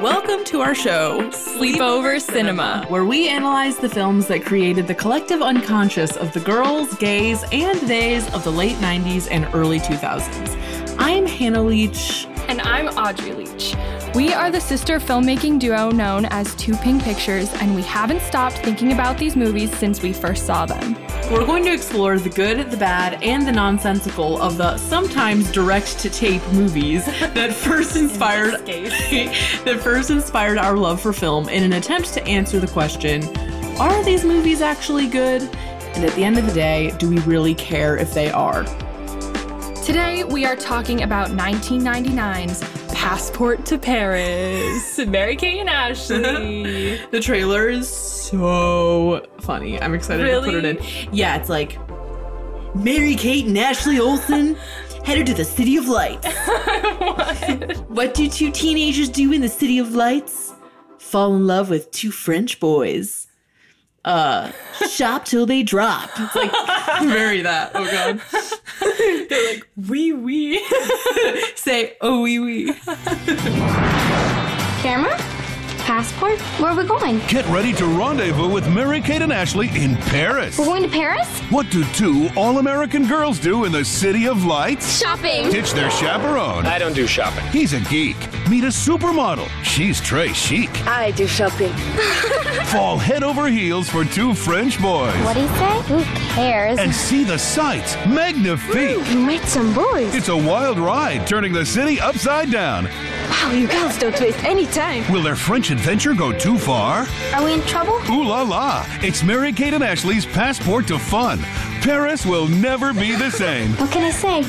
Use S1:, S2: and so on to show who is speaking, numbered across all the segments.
S1: Welcome to our show,
S2: Sleepover Cinema.
S1: where we analyze the films that created the collective unconscious of the girls, gays, and theys of the late 90s and early 2000s. I'm Hannah Leach.
S2: And I'm Audrey Leach. We are the sister filmmaking duo known as Two Pink Pictures, and we haven't stopped thinking about these movies since we first saw them.
S1: We're going to explore the good, the bad, and the nonsensical of the sometimes direct to tape movies that first inspired that first inspired our love for film in an attempt to answer the question, are these movies actually good? And at the end of the day, do we really care if they are?
S2: Today, we are talking about 1999's Passport to Paris. Mary Kay and Ashley.
S1: The trailer is so funny. I'm excited to put
S2: Really?
S1: it in. Yeah, it's like Mary Kate and Ashley Olsen headed to the City of Lights. What do two teenagers do in the City of Lights? Fall in love with two French boys. Uh, shop till they drop. It's like very that. Oh god. They're like wee wee. Say oh wee wee.
S3: Camera? Passport? Where are we going?
S4: Get ready to rendezvous with Mary Kate and Ashley in Paris.
S3: We're going to Paris?
S4: What do two all American girls do in the City of Lights?
S3: Shopping!
S4: Ditch their chaperone.
S5: I don't do shopping.
S4: He's a geek. Meet a supermodel. She's Trey Chic.
S6: I do shopping.
S4: Fall head over heels for two French boys.
S3: What do you say? Who cares?
S4: And see the sights.
S6: Mm,
S4: Magnifique.
S3: you met some boys.
S4: It's a wild ride, turning the city upside down.
S6: Wow, you girls don't waste any time.
S4: Will their French adventure go too far?
S3: Are we in trouble?
S4: Ooh la la. It's Mary Kate and Ashley's passport to fun. Paris will never be the same.
S3: What can I say?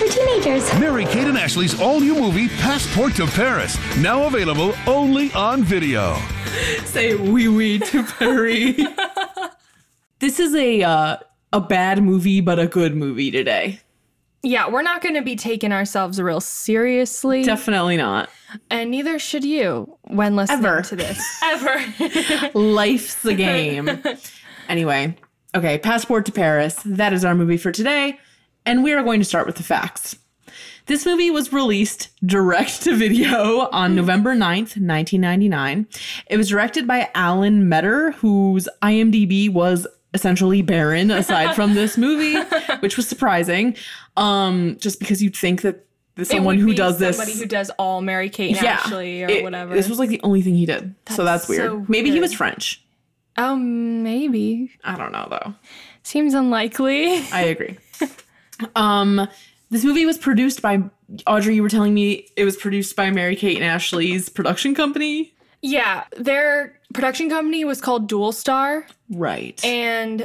S3: We're teenagers.
S4: Mary Kate and Ashley's all new movie Passport to Paris, now available only on video.
S1: Say wee wee to Perry. this is a uh, a bad movie, but a good movie today.
S2: yeah, we're not going to be taking ourselves real seriously,
S1: Definitely not.
S2: and neither should you when listening
S1: Ever.
S2: to this. Ever.
S1: Life's the game. anyway, okay, Passport to Paris. That is our movie for today. And we are going to start with the facts. This movie was released direct to video on November 9th, 1999. It was directed by Alan Metter, whose IMDb was essentially barren aside from this movie, which was surprising. Um, just because you'd think that
S2: It
S1: someone
S2: would
S1: who
S2: be
S1: does this
S2: Somebody who does all Mary Kate and Ashley or
S1: it-
S2: whatever.
S1: This was like the only thing he did. so
S2: That's
S1: that's weird.
S2: so
S1: Maybe he
S2: weird.
S1: was French.
S2: um, maybe.
S1: I don't know though.
S2: Seems unlikely.
S1: I agree. um this movie was produced by Audrey, you were telling me it was produced by Mary Kate and Ashley's production company.
S2: Yeah, their production company was called Dual Star,
S1: Right.
S2: and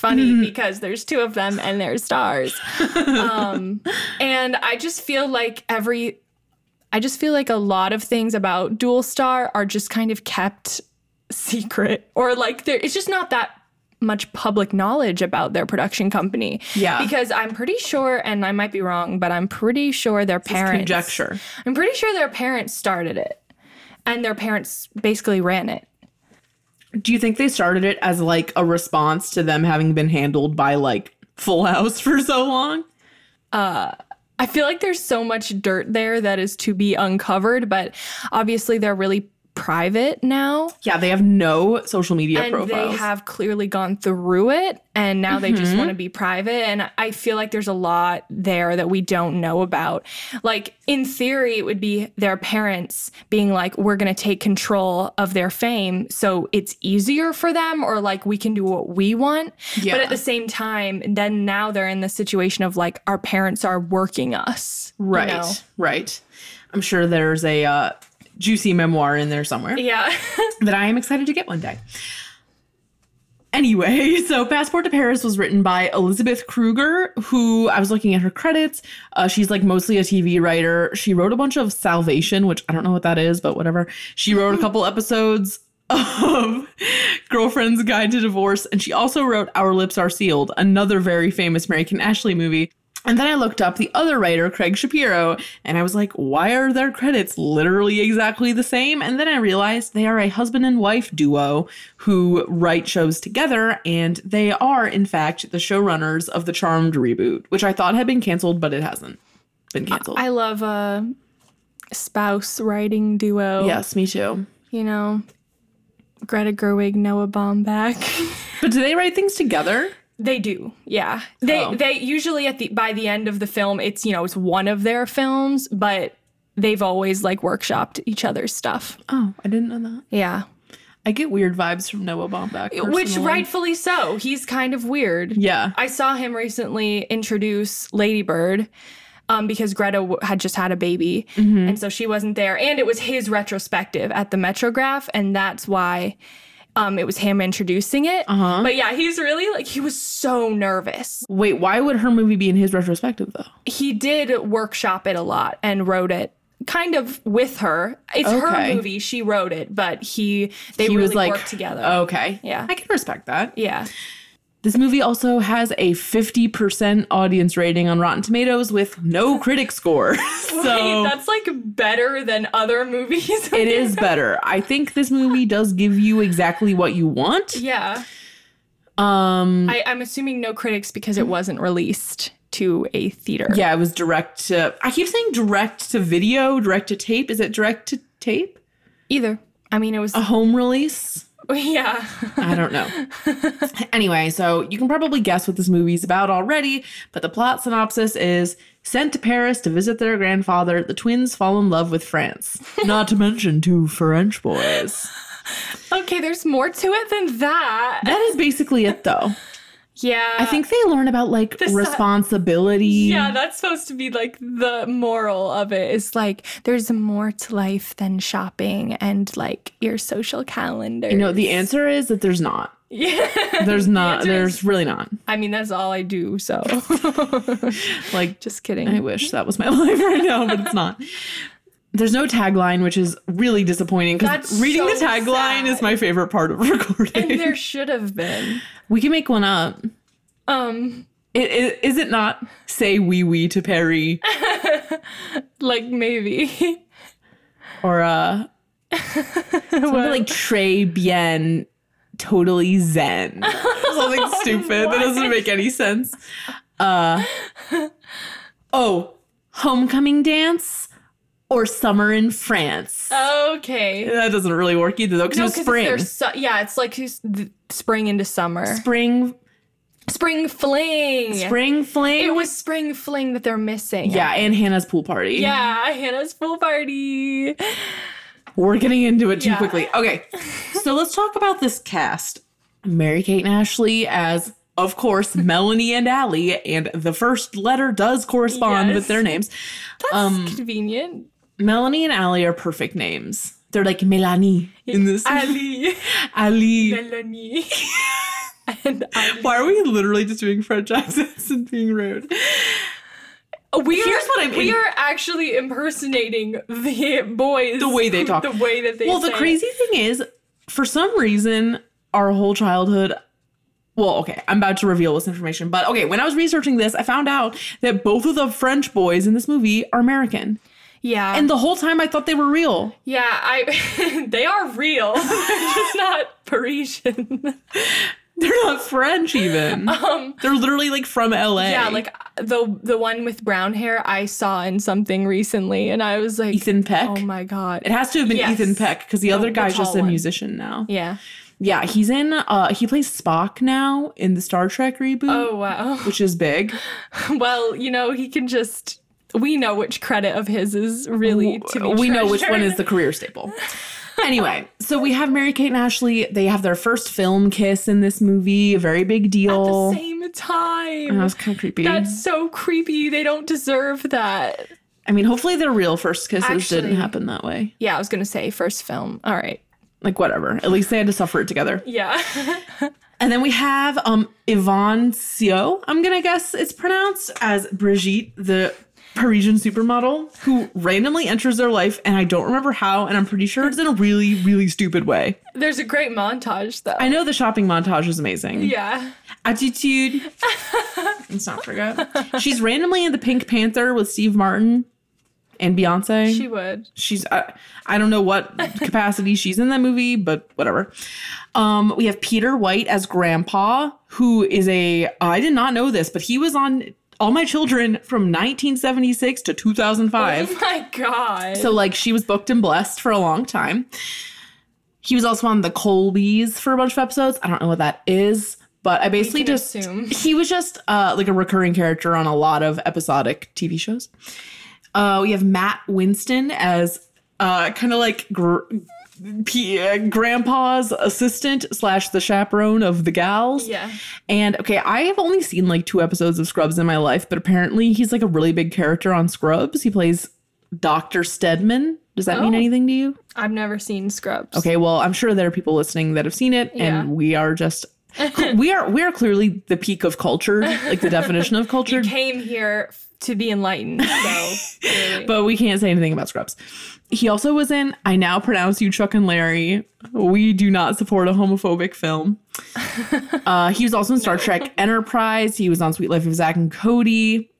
S1: Mm-hmm.
S2: funny because there's two of them and they're stars. Um, and I just feel like every, I just feel like a lot of things about Dual Star are just kind of kept secret, or like there, it's just not that much public knowledge about their production company.
S1: Yeah.
S2: because I'm pretty sure, and I might be wrong, but I'm pretty sure their parents
S1: Conjecture.
S2: I'm pretty sure their parents started it. And their parents basically ran it.
S1: Do you think they started it as like a response to them having been handled by like Full House for so long?
S2: I feel like there's so much dirt there that is to be uncovered, but obviously they're really private now.
S1: Yeah, they have no social media
S2: and
S1: profiles. Mm-hmm.
S2: they have clearly gone through it and now they just want to be private and i feel like there's a lot there that we don't know about like in theory it would be their parents being like we're going to take control of their fame so it's easier for them or like we can do what we want
S1: Yeah.
S2: but at the same time then now they're in the situation of like our parents are working us you
S1: right.
S2: know?
S1: Right. I'm sure there's a uh, juicy memoir in there somewhere.
S2: yeah
S1: that I am excited to get one day. Anyway, so Passport to Paris was written by Elizabeth Kruger, who I was looking at her credits. Uh, she's like mostly a TV writer. She wrote a bunch of Salvation, which I don't know what that is, but whatever. She wrote a couple episodes of Girlfriend's Guide to Divorce, and she also wrote Our Lips Are Sealed, another very famous American Ashley movie. And then I looked up the other writer, Craig Shapiro, and I was like, why are their credits literally exactly the same? And then I realized they are a husband and wife duo who write shows together, and they are, in fact, the showrunners of the Charmed reboot, which I thought had been canceled, but it hasn't been canceled.
S2: i love uh spouse writing duo.
S1: Yes, me too.
S2: You know, Greta Gerwig, Noah Baumbach.
S1: But do they write things together?
S2: They do, yeah. They
S1: Oh.
S2: they usually at the by the end of the film, it's you know it's one of their films, but they've always like workshopped each other's stuff.
S1: Oh, I didn't know that.
S2: Yeah,
S1: I get weird vibes from Noah Baumbach.
S2: which
S1: personally.
S2: rightfully so. He's kind of weird.
S1: Yeah.
S2: I saw him recently introduce Ladybird. Um, because Greta w- had just had a baby,
S1: Mm-hmm.
S2: and so she wasn't there. And it was his retrospective at the Metrograph, and that's why um, it was him introducing it.
S1: Uh-huh.
S2: But yeah, he's really like he was so nervous.
S1: Wait, why would her movie be in his retrospective though?
S2: he did workshop it a lot and wrote it kind of with her. It's
S1: Okay.
S2: her movie. She wrote it, but he they
S1: he
S2: really
S1: was like oh.
S2: worked together.
S1: Okay.
S2: Yeah.
S1: I can respect that.
S2: Yeah.
S1: This movie also has a 50% audience rating on Rotten Tomatoes with no critic score.
S2: Wait,
S1: so
S2: that's like better than other movies.
S1: it is better. I think this movie does give you exactly what you want.
S2: yeah.
S1: Um
S2: I, I'm assuming no critics because it wasn't released to a theater.
S1: yeah, it was direct to I keep saying direct to video, direct to tape. Is it direct to tape?
S2: Either. I mean, it was.
S1: A home release?
S2: Yeah.
S1: I don't know. anyway, so you can probably guess what this movie's about already, but the plot synopsis is sent to Paris to visit their grandfather, the twins fall in love with France. Not to mention two French boys.
S2: okay, there's more to it than that.
S1: That is basically it though.
S2: yeah.
S1: I think they learn about like
S2: si-
S1: responsibility.
S2: Yeah, that's supposed to be like the moral of it is like there's more to life than shopping and like your social calendar.
S1: you know, the answer is that there's not.
S2: yeah.
S1: There's not.
S2: answer
S1: there's really not.
S2: I mean, that's all I do. So,
S1: Like
S2: just kidding.
S1: I wish that was my life right now, but it's not. There's no tagline, which is really disappointing because
S2: That's
S1: reading the
S2: so
S1: tagline
S2: sad.
S1: is my favorite part of recording.
S2: and there should have been.
S1: we can make one up.
S2: Um,
S1: I- i- Is it not say wee wee to Perry
S2: like maybe.
S1: or uh, something like Trey Bien totally zen? Something stupid that doesn't make any sense. Uh, oh, homecoming dance or summer in France.
S2: okay.
S1: That doesn't really work either, though, because it was
S2: 'cause it's
S1: spring.
S2: their su- yeah, it's like who's th- spring into summer.
S1: spring,
S2: Spring fling.
S1: spring fling.
S2: It was spring fling that they're missing.
S1: yeah, and Hannah's pool party.
S2: Yeah, Hannah's pool party.
S1: we're getting into it too
S2: Yeah.
S1: quickly. Okay, so let's talk about this cast: Mary Kate and Ashley as, of course, Melanie and Allie, and the first letter does correspond with
S2: Yes.
S1: their names.
S2: That's
S1: Um,
S2: convenient.
S1: Melanie and Allie are perfect names. They're like Melanie in this.
S2: Ali,
S1: Ali.
S2: Melanie, and Ali.
S1: Why are we literally just doing French accents and being rude?
S2: We
S1: Here's
S2: are,
S1: what I'm
S2: We
S1: in-
S2: are actually impersonating the boys.
S1: The way they talk.
S2: The way that they.
S1: Well, the
S2: say it.
S1: crazy thing is, for some reason, our whole childhood. Well, okay, I'm about to reveal this information, but okay, when I was researching this, I found out that both of the French boys in this movie are American.
S2: Yeah.
S1: And the whole time I thought they were real.
S2: yeah, I. they are real. They're just not Parisian.
S1: They're not French even. They're literally like from LA.
S2: Um, yeah, like the the one with brown hair I saw in something recently, and I was like,
S1: Ethan Peck.
S2: Oh my god.
S1: It has to have been
S2: Yes.
S1: Ethan Peck because the other
S2: the
S1: guy's
S2: tall
S1: just a
S2: one.
S1: musician now.
S2: Yeah.
S1: Yeah, he's in uh he plays Spock now in the Star Trek reboot,
S2: Oh wow.
S1: which is big.
S2: Well, you know, he can just. We know which credit of his is really to be
S1: we know which one
S2: treasured.
S1: is the career staple. anyway, so we have Mary Kate and Ashley. They have their first film kiss in this movie, a very big deal.
S2: At the same time.
S1: that was kind of creepy.
S2: That's so creepy. They don't deserve that.
S1: I mean, hopefully their real first kisses
S2: Actually-
S1: didn't happen that way.
S2: Yeah, I was gonna say first film. All right.
S1: Like whatever. At least they had to suffer it together.
S2: Yeah.
S1: And then we have um Yvonne Sio, I'm gonna guess it's pronounced as Brigitte, the Parisian supermodel who randomly enters their life, and I don't remember how, and I'm pretty sure it's in a really, really stupid way.
S2: There's a great montage though.
S1: I know the shopping montage is amazing.
S2: yeah.
S1: attitude. Let's not forget. She's randomly in the Pink Panther with Steve Martin and Beyonce.
S2: She would.
S1: she's I, I don't know what capacity she's in that movie, but whatever. Um, we have Peter White as Grandpa, who is a I did not know this, but he was on All My Children from 1976 to 2005.
S2: Oh my god.
S1: So like she was booked and blessed for a long time. He was also on the Colbys for a bunch of episodes. I don't know what that is, but I basically
S2: can
S1: just
S2: assume.
S1: he was just uh, like a recurring character on a lot of episodic TV shows. Uh, we have Matt Winston as uh, kind of like gr- P- uh, grandpa's assistant slash the chaperone of the gals.
S2: Yeah.
S1: And okay, I have only seen like two episodes of Scrubs in my life, but apparently he's like a really big character on Scrubs. He plays Dr. Stedman. Does that mean
S2: Oh.
S1: anything to you?
S2: I've never seen Scrubs.
S1: Okay, well, I'm sure there are people listening that have seen it,
S2: Yeah.
S1: and we are just we are we are clearly the peak of culture, like the definition of culture.
S2: Came here f- to be enlightened. So really.
S1: But we can't say anything about Scrubs. He also was in I Now Pronounce You Chuck and Larry. We do not support a homophobic film. uh, he was also in Star Trek Enterprise. He was on Sweet Life of Zach and Cody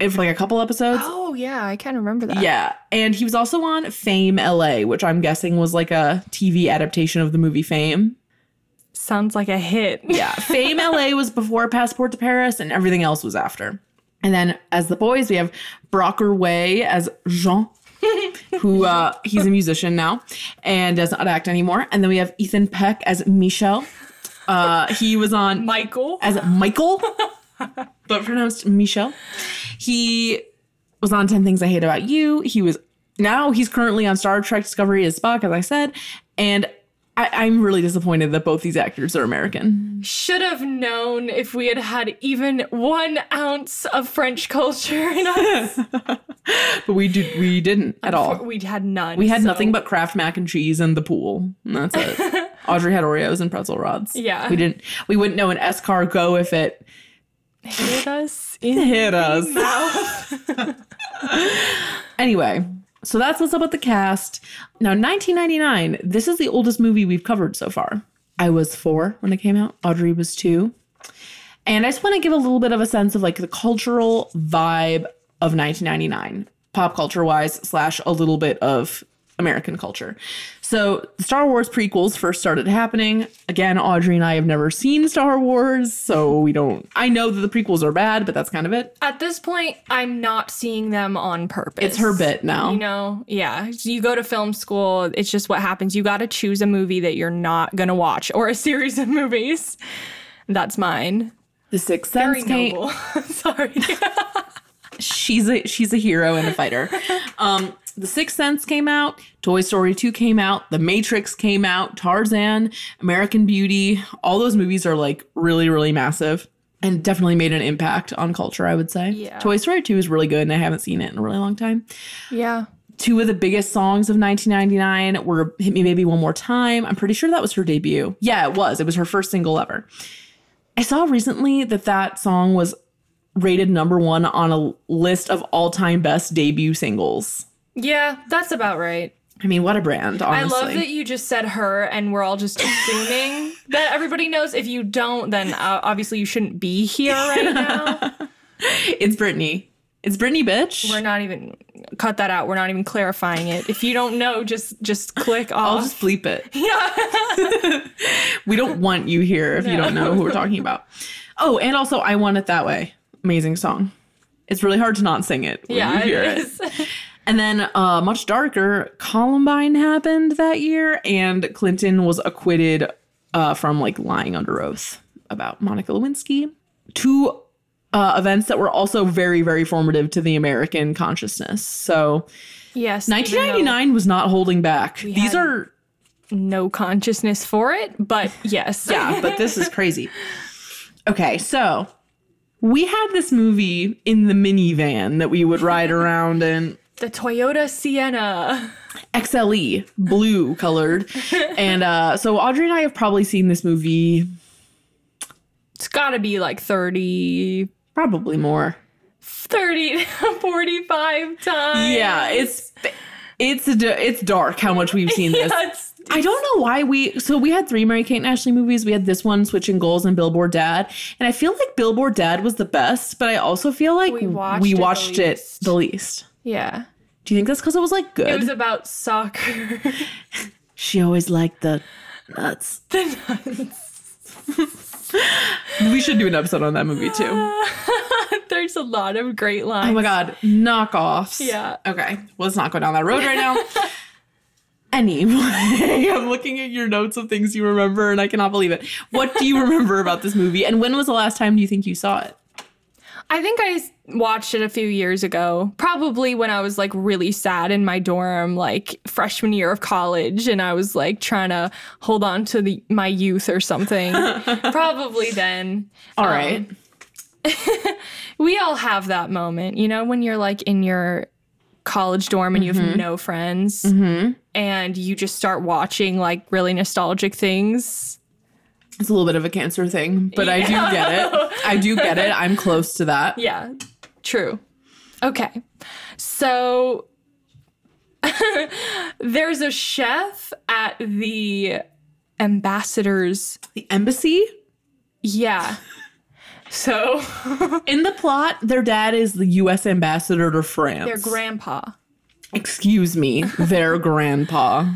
S1: eh, for like a couple episodes.
S2: oh yeah, I kind of remember that.
S1: Yeah. And he was also on Fame LA, which I'm guessing was like a TV adaptation of the movie Fame.
S2: Sounds like a hit.
S1: Yeah. Fame LA was before Passport to Paris and everything else was after. And then as the boys, we have Brocker Way as Jean, who uh, he's a musician now and does not act anymore. And then we have Ethan Peck as Michel. Uh, he was on
S2: Michael.
S1: as Michael, but pronounced Michel. He was on 10 Things I Hate About You. He was now he's currently on Star Trek Discovery as Spock, as I said. And I, I'm really disappointed that both these actors are American.
S2: Should have known if we had had even one ounce of French culture in us.
S1: But we did we didn't at all.
S2: we had none.
S1: We had
S2: so-
S1: nothing but Kraft mac and cheese and the pool. And that's it. Audrey had Oreos and pretzel rods.
S2: Yeah.
S1: We didn't we wouldn't know an escargot if it
S2: hit us in
S1: hit us. anyway, so that's what's up with the cast. Now, 1999, this is the oldest movie we've covered so far. I was four when it came out, Audrey was two. And I just want to give a little bit of a sense of like the cultural vibe of 1999, pop culture wise, slash a little bit of American culture. So, the Star Wars prequels first started happening. Again, Audrey and I have never seen Star Wars, so we don't. I know that the prequels are bad, but that's kind of it.
S2: At this point, I'm not seeing them on purpose.
S1: It's her bit now.
S2: You know, yeah. You go to film school, it's just what happens. You got to choose a movie that you're not going to watch or a series of movies. That's mine.
S1: the Sixth
S2: Very
S1: Sense came,
S2: noble. Sorry.
S1: she's a she's a hero and a fighter. um, the Sixth Sense came out, Toy Story 2 came out, The Matrix came out, Tarzan, American Beauty. All those movies are like really, really massive and definitely made an impact on culture, I would say.
S2: Yeah.
S1: Toy Story 2 is really good and I haven't seen it in a really long time.
S2: yeah.
S1: Two of the biggest songs of 1999 were Hit Me Baby One More Time. I'm pretty sure that was her debut. Yeah, it was. It was her first single ever. I saw recently that that song was rated number one on a list of all time best debut singles.
S2: Yeah, that's about right.
S1: I mean, what a brand, honestly.
S2: I love that you just said her, and we're all just assuming that everybody knows. If you don't, then uh, obviously you shouldn't be here right now.
S1: It's Britney. It's Britney, bitch.
S2: We're not even cut that out. We're not even clarifying it. If you don't know, just just click off.
S1: I'll just bleep it.
S2: yeah.
S1: We don't want you here if you don't know who we're talking about. Oh, and also, I Want It That Way. Amazing song. It's really hard to not sing it when
S2: Yeah,
S1: you hear it.
S2: it is.
S1: And then, uh, much darker, Columbine happened that year, and Clinton was acquitted uh, from like lying under oath about Monica Lewinsky. Two uh, events that were also very, very formative to the American consciousness. So,
S2: Yes. even though
S1: 1999 was not holding back. These
S2: had-
S1: are,
S2: No consciousness for it, but yes.
S1: yeah, uh, but this is crazy. Okay, so we had this movie in the minivan that we would ride around in.
S2: the Toyota Sienna.
S1: XLE, E, blue colored. and uh, so Audrey and I have probably seen this movie
S2: It's got to be like 30,
S1: probably more.
S2: 30, 45 times.
S1: Yeah, it's it's a d- it's dark how much we've seen this.
S2: That's
S1: I don't know why we so we had three Mary Kate and Ashley movies. We had this one, Switching Goals, and Billboard Dad. And I feel like Billboard Dad was the best, but I also feel like we
S2: watched
S1: watched, it,
S2: it the
S1: the
S2: least.
S1: least.
S2: yeah.
S1: Do you think that's because it was like good?
S2: It was about soccer.
S1: she always liked the nuts.
S2: The nuts.
S1: We should do an episode on that movie too.
S2: There's a lot of great lines.
S1: Oh my god, knockoffs.
S2: Yeah.
S1: Okay, let's not go down that road right now. anyway, I'm looking at your notes of things you remember, and I cannot believe it. What do you remember about this movie? And when was the last time you think you saw it?
S2: I think I s- watched it a few years ago, probably when I was like really sad in my dorm, like freshman year of college, and I was like trying to hold on to the, my youth or something. probably then.
S1: All right.
S2: Um, We all have that moment, you know, when you're like in your college dorm and
S1: Mm-hmm.
S2: you have no friends and you just start watching like really nostalgic things.
S1: It's a little bit of a cancer thing, but I do get it. I do get it. I'm close to that.
S2: Yeah, true. Okay. So there's a chef at the ambassador's.
S1: The embassy?
S2: Yeah. So
S1: In the plot, their dad is the US ambassador to France.
S2: their grandpa.
S1: Excuse me, their grandpa.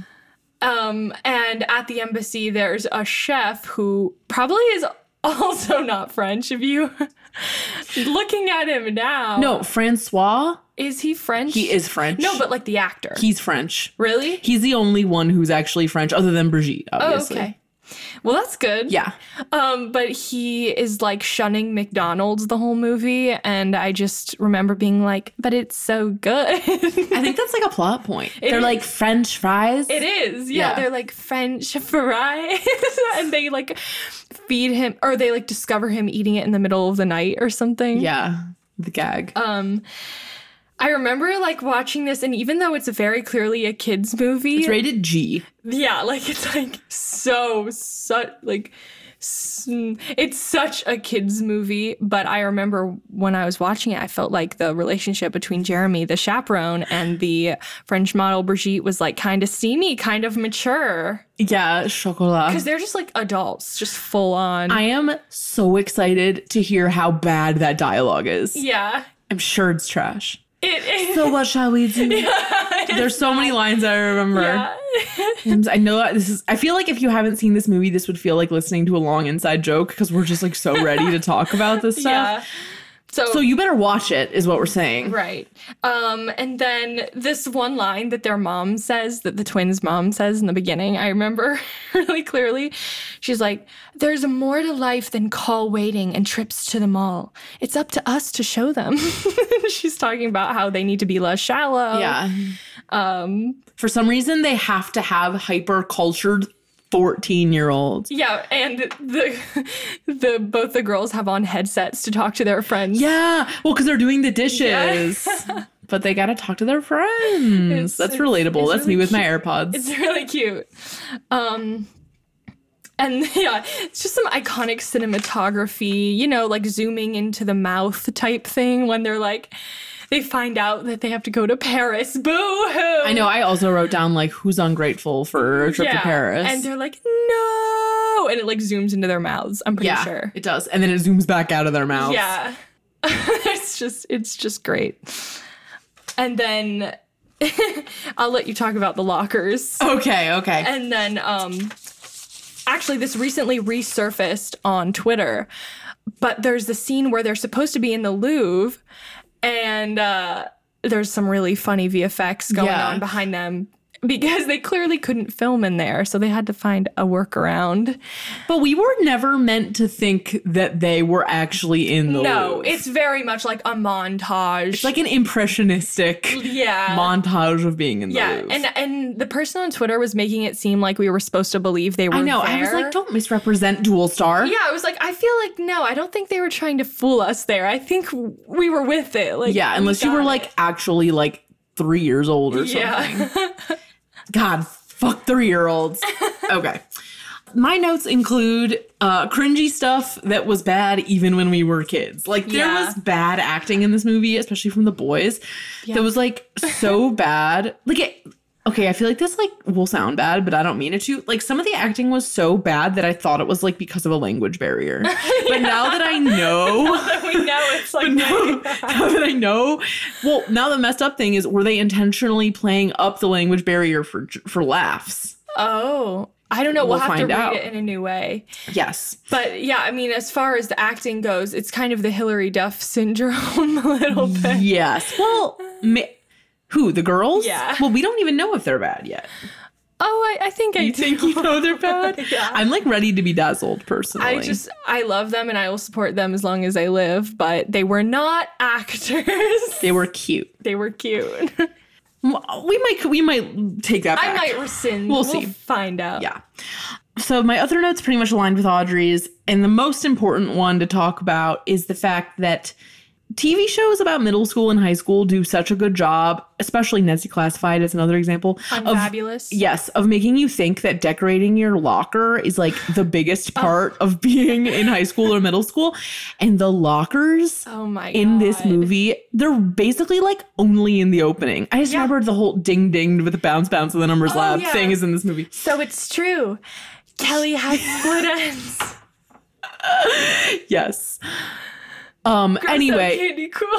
S2: Um, and at the embassy, there's a chef who probably is also not French. If you looking at him now,
S1: No, Francois,
S2: is he French?
S1: he is French.
S2: No, but like the actor.
S1: he's French.
S2: really?
S1: He's the only one who's actually French, other than Brigitte,
S2: oh,
S1: obviously.
S2: okay. Well, that's good.
S1: Yeah.
S2: Um, but he is like shunning McDonald's the whole movie, and I just remember being like, "But it's so good."
S1: I think that's like a plot point. They're
S2: is.
S1: like French fries.
S2: It is, yeah.
S1: Yeah.
S2: They're like French fries, and they like feed him, or they like discover him eating it in the middle of the night or something.
S1: Yeah. The gag.
S2: Um, I remember like watching this, and even though it's very clearly a kids movie,
S1: it's rated G.
S2: yeah, like it's like so such like s- it's such a kids movie. But I remember when I was watching it, I felt like the relationship between Jeremy, the chaperone, and the French model Brigitte was like kind of steamy, kind of mature.
S1: Yeah, chocolat.
S2: Because they're just like adults, just full on.
S1: I am so excited to hear how bad that dialogue is.
S2: yeah.
S1: I'm sure it's trash.
S2: It is.
S1: So what shall we do? There's so many lines I remember. Sometimes I know that this is. I feel like if you haven't seen this movie, this would feel like listening to a long inside joke because we're just like so ready to talk about this stuff.
S2: yeah. So,
S1: So you better watch it, is what we're saying.
S2: right. Um, and then this one line that their mom says, that the twins' mom says in the beginning, I remember really clearly. She's like, There's more to life than call waiting and trips to the mall. It's up to us to show them. She's talking about how they need to be less shallow. Um,
S1: Yeah. For some reason, they have to have hyper cultured 14 year olds.
S2: Yeah, and the the both the girls have on headsets to talk to their friends.
S1: Yeah. Well, because they're doing the dishes. but they got to talk to their friends.
S2: It's-
S1: That's
S2: it's-
S1: relatable.
S2: it's
S1: That's me
S2: really
S1: with my
S2: cute.
S1: AirPods.
S2: It's really cute. Um and yeah, it's just some iconic cinematography, you know, like zooming into the mouth type thing when they're like they find out that they have to go to Paris. Boo hoo.
S1: I know. I also wrote down like who's ungrateful for a trip to Paris.
S2: And they're like, "No." And it like zooms into their mouths. I'm pretty
S1: yeah,
S2: sure.
S1: it does, and then it zooms back out of their mouths.
S2: Yeah. it's just it's just great. And then I'll let you talk about the lockers.
S1: Okay. Okay.
S2: And then um actually this recently resurfaced on Twitter. But there's the scene where they're supposed to be in the Louvre and uh there's some really funny VFX going
S1: Yeah.
S2: on behind them because they clearly couldn't film in there, so they had to find a workaround.
S1: But we were never meant to think that they were actually in the
S2: No,
S1: Louvre.
S2: it's very much like a montage.
S1: It's like an impressionistic
S2: yeah.
S1: montage of being in the
S2: Yeah,
S1: Louvre.
S2: and and the person on Twitter was making it seem like we were supposed to believe they were.
S1: I know. I was like, don't misrepresent Dual Star.
S2: Yeah, I was like, I feel like no, I don't think they were trying to fool us there. I think w- we were with it. Like,
S1: Yeah,
S2: we
S1: unless you
S2: got
S1: were
S2: it.
S1: like actually like three years old or something.
S2: yeah,
S1: God, fuck three year olds. okay. My notes include uh, cringy stuff that was bad even when we were kids. Like there
S2: Yeah.
S1: was bad acting in this movie, especially from the boys. That was like so bad. Like it. Okay, I feel like this like will sound bad, but I don't mean it to. Like some of the acting was so bad that I thought it was like because of a language barrier. But now that I know
S2: we know it's like
S1: now that I know, well, now the messed up thing is, were they intentionally playing up the language barrier for for laughs?
S2: Oh, I don't know.
S1: We'll
S2: We'll, have to
S1: find
S2: read
S1: out.
S2: it in a new way.
S1: Yes.
S2: But yeah, I mean, as far as the acting goes, it's kind of the Hillary Duff syndrome a little bit.
S1: Yes. Well, ma- who? The girls?
S2: Yeah.
S1: Well, we don't even know if they're bad yet.
S2: Oh, I, I think I
S1: You
S2: do.
S1: think you know they're bad?
S2: Yeah.
S1: I'm like ready to be dazzled personally.
S2: I just I love them and I will support them as long as I live, but they were not actors.
S1: they were cute.
S2: they were cute.
S1: Well, We might we might take that back.
S2: I might rescind.
S1: We'll see.
S2: find out.
S1: Yeah. So my other notes pretty much aligned with Audrey's, and the most important one to talk about is the fact that TV shows about middle school and high school do such a good job, especially Nancy Classified is another example of
S2: Fabulous.
S1: yes, of making you think that decorating your locker is like the biggest
S2: Oh.
S1: part of being in high school or middle school, and the lockers
S2: Oh my god.
S1: in this movie, they're basically like only in the opening. I just
S2: Yeah.
S1: remembered the whole ding ding with the bounce bounce and the numbers
S2: Oh,
S1: loud
S2: yeah.
S1: thing is in this movie.
S2: So it's true. Kelly has split ends.
S1: Yes. Um anyway,
S2: Candy cool.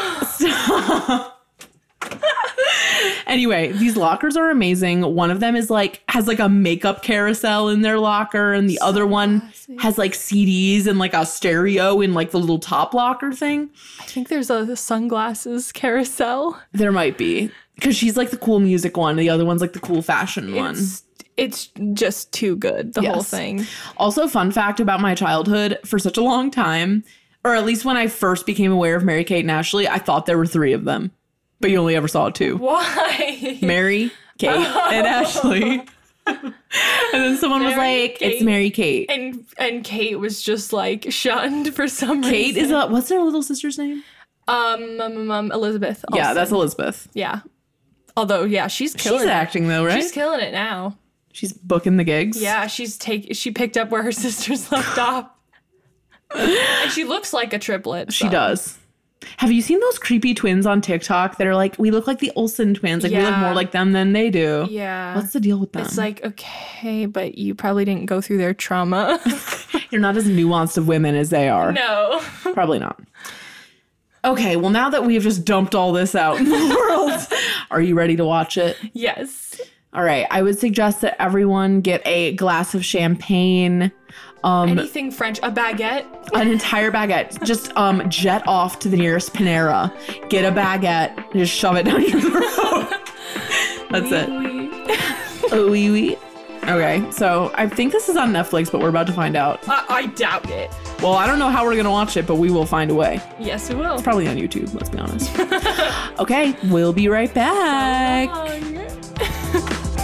S1: anyway, these lockers are amazing. One of them is like has like a makeup carousel in their locker and the other one has like CDs and like a stereo in like the little top locker thing.
S2: I think there's a sunglasses carousel.
S1: There might be cuz she's like the cool music one, the other one's like the cool fashion one.
S2: It's, it's just too good, the whole
S1: Yes.
S2: thing.
S1: Also, fun fact about my childhood for such a long time, or at least when I first became aware of Mary Kate and Ashley, I thought there were three of them, but you only ever saw two
S2: Why?
S1: Mary, Kate, and Ashley. and then someone was
S2: Oh. Mary,
S1: like,
S2: Kate,
S1: it's Mary Kate.
S2: And and Kate was just like shunned for some
S1: Kate
S2: reason.
S1: is a, what's their little sister's name?
S2: um, um, um, um, Elizabeth.
S1: Yeah,
S2: Olsen.
S1: that's Elizabeth.
S2: yeah. Although yeah, she's killing
S1: She's
S2: it.
S1: acting though, right?
S2: She's killing it now.
S1: She's booking the gigs.
S2: Yeah, she's take she picked up where her sisters left off. and she looks like a triplet.
S1: She
S2: so.
S1: does. Have you seen those creepy twins on TikTok that are like, we look like the Olsen twins? Like, we look
S2: Yeah.
S1: more like them than they do.
S2: Yeah.
S1: What's the deal with them?
S2: it's like, okay, but you probably didn't go through their trauma.
S1: You're not as nuanced of women as they are.
S2: no.
S1: Probably not. Okay, well, now that we have just dumped all this out in the world, are you ready to watch it?
S2: Yes.
S1: All right, I would suggest that everyone get a glass of champagne, Um,
S2: Anything French. A baguette.
S1: an entire baguette. Just um, jet off to the nearest Panera, get a baguette, and just shove it down your throat. That's it.
S2: I,
S1: Oh, wee wee. Okay, so I think this is on Netflix, but we're about to find out.
S2: I doubt it.
S1: Well, I don't know how we're gonna watch it, but we will find a way.
S2: Yes, it will.
S1: Probably on YouTube, let's be honest. okay, we'll be right back.
S2: Wrong.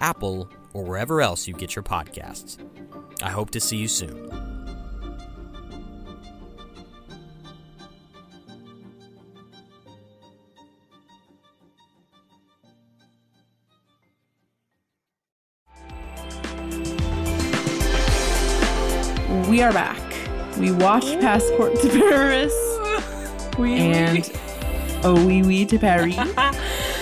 S5: Apple, or wherever else you get your podcasts. I hope to see you soon.
S1: We are back. We watched Passport to Paris
S2: We
S1: and Oh Wee Wee to Paris.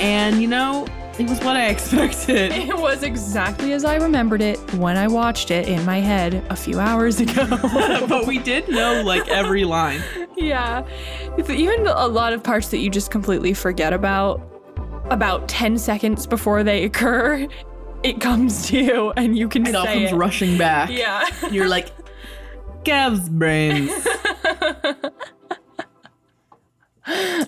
S1: and you know, it was what I expected.
S2: It was exactly as I remembered it when I watched it in my head a few hours ago.
S1: but we did know like every line.
S2: yeah. If- Even a lot of parts that you just completely forget about, about 10 seconds before they occur, it comes to you and you can
S1: It all
S2: say
S1: comes
S2: it.
S1: rushing back.
S2: Yeah.
S1: You're like, Gav's brains.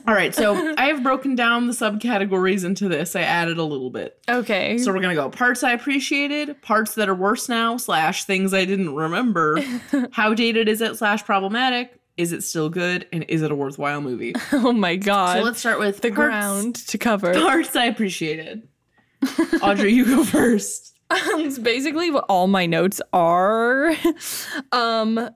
S1: All right, so I have broken down the subcategories into this. I added a little bit.
S2: Okay.
S1: So we're gonna go parts I appreciated, parts that are worse now, slash things I didn't remember. How dated is it? Slash problematic. Is it still good? And is it a worthwhile movie?
S2: oh my god.
S1: So let's start with
S2: the
S1: parts-
S2: ground to cover.
S1: Parts I appreciated. Audrey, you go first.
S2: It's basically what all my notes are. um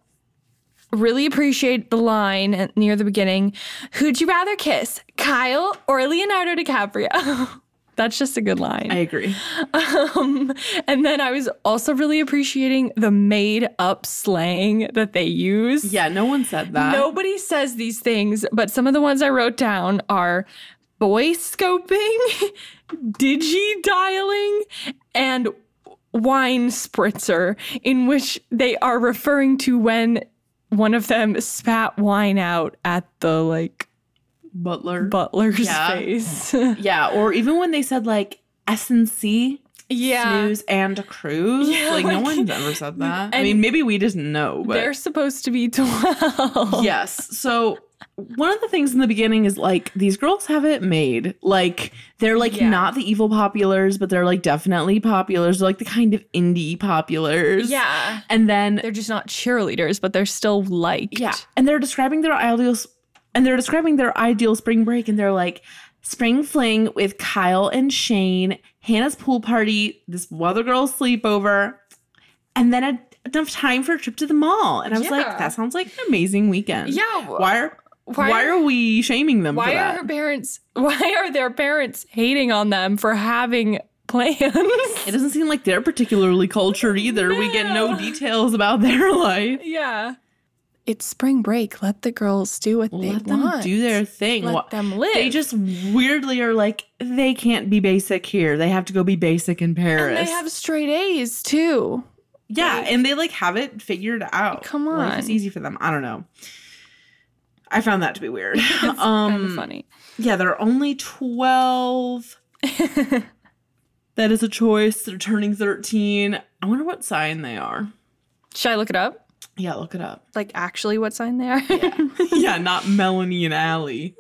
S2: really appreciate the line at- near the beginning, who'd you rather kiss, Kyle or Leonardo DiCaprio? That's just a good line.
S1: I agree.
S2: Um, and then I was also really appreciating the made up slang that they use.
S1: Yeah, no one said that.
S2: Nobody says these things, but some of the ones I wrote down are boy scoping, digi dialing, and wine spritzer, in which they are referring to when one of them spat wine out at the like
S1: Butler.
S2: butler's
S1: Yeah.
S2: face.
S1: yeah, or even when they said like S and C,
S2: yeah.
S1: snooze and cruise.
S2: Yeah,
S1: like, no
S2: like-
S1: one's ever said that. I
S2: and
S1: mean, maybe we didn't know, but
S2: They're supposed to be 12.
S1: Yes. So one of the things in the beginning is like these girls have it made. Like they're like
S2: Yeah.
S1: not the evil populars, but they're like definitely populars. They're like the kind of indie populars.
S2: Yeah.
S1: And then
S2: They're just not cheerleaders, but they're still liked.
S1: yeah, and they're describing their ideal and they're describing their ideal spring break and they're like spring fling with Kyle and Shane, Hannah's pool party, this other girl's sleepover, and then a enough time for a trip to the mall. And I was like
S2: Yeah.
S1: that sounds like an amazing weekend.
S2: Yeah.
S1: Why are
S2: Why
S1: why, are we shaming them for
S2: Why are
S1: that?
S2: her parents? Why are their parents hating on them for having plans?
S1: it doesn't seem like they're particularly cultured either. We get no
S2: No.
S1: details about their life.
S2: yeah, it's spring break. Let the girls do what they
S1: Let them
S2: want.
S1: do their thing.
S2: Let
S1: Wha-
S2: them live.
S1: They just weirdly are like they can't be basic here. They have to go be basic in
S2: And
S1: Paris.
S2: they have straight A's too.
S1: yeah, and they like have it figured out.
S2: Come
S1: Life is
S2: on.
S1: easy for them. I don't know. I found that to be weird. um,
S2: Kinda funny.
S1: Yeah, there are only 12. that is a choice. They're turning 13. I wonder what sign they are.
S2: Should I look it up?
S1: Yeah, look it up.
S2: Like actually, what sign they are?
S1: yeah, not Melanie and Allie.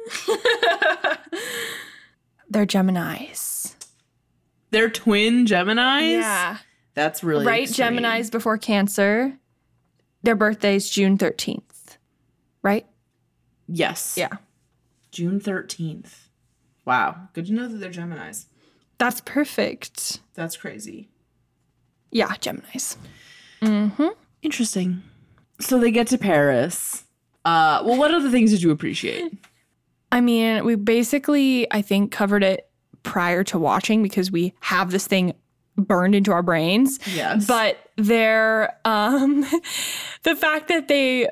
S2: They're Gemini's.
S1: They're twin Geminis.
S2: Yeah.
S1: That's really
S2: right
S1: extreme.
S2: gemini's before cancer their birthday's june 13th right
S1: Yes. June 13th. Wow. Good to know that they're Geminis.
S2: that's perfect
S1: That's crazy.
S2: yeah gemini's
S1: Interesting. So they get to Paris. Uh, well, what other things did you appreciate?
S2: i mean we basically i think covered it prior to watching because we have this thing burned into our brains
S1: Yes.
S2: but their um the fact that they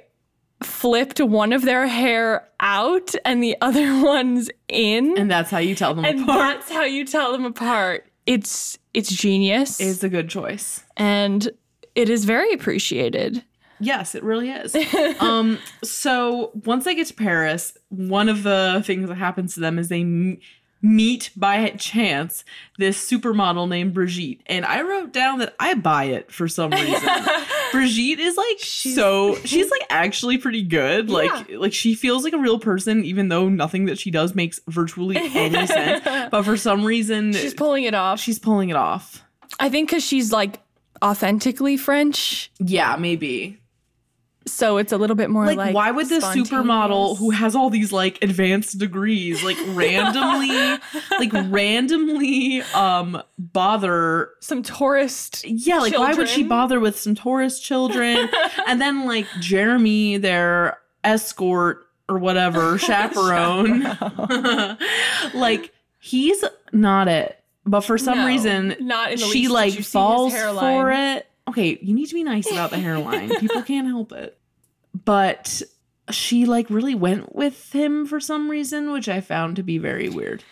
S2: flipped one of their hair out and the other one's in
S1: and that's how you tell them
S2: and
S1: apart.
S2: that's how you tell them apart it's it's genius
S1: It's a good choice.
S2: and it is very appreciated.
S1: Yes, it really is. um, so once they get to Paris, one of the things that happens to them is they m- meet by chance this supermodel named Brigitte, and I wrote down that I buy it for some reason. Brigitte is like so she's like actually pretty good. Like like she feels like a real person, even though nothing that she does makes virtually any sense. But for some reason,
S2: She's pulling it off.
S1: she's pulling it off.
S2: I think because she's like authentically French,
S1: Yeah, maybe.
S2: so it's a little bit more
S1: like,
S2: like,
S1: why would this supermodel who has all these like advanced degrees like randomly like randomly um bother
S2: some tourist?
S1: yeah like why would she
S2: Children.
S1: bother with some tourist children and then like jeremy their escort or whatever chaperone like he's not it but for some
S2: No,
S1: reason
S2: not in the
S1: she
S2: least. Did
S1: like
S2: you see his
S1: falls
S2: hairline?
S1: for it okay you need to be nice about the hairline people can't help it but she like really went with him for some reason which i found to be very weird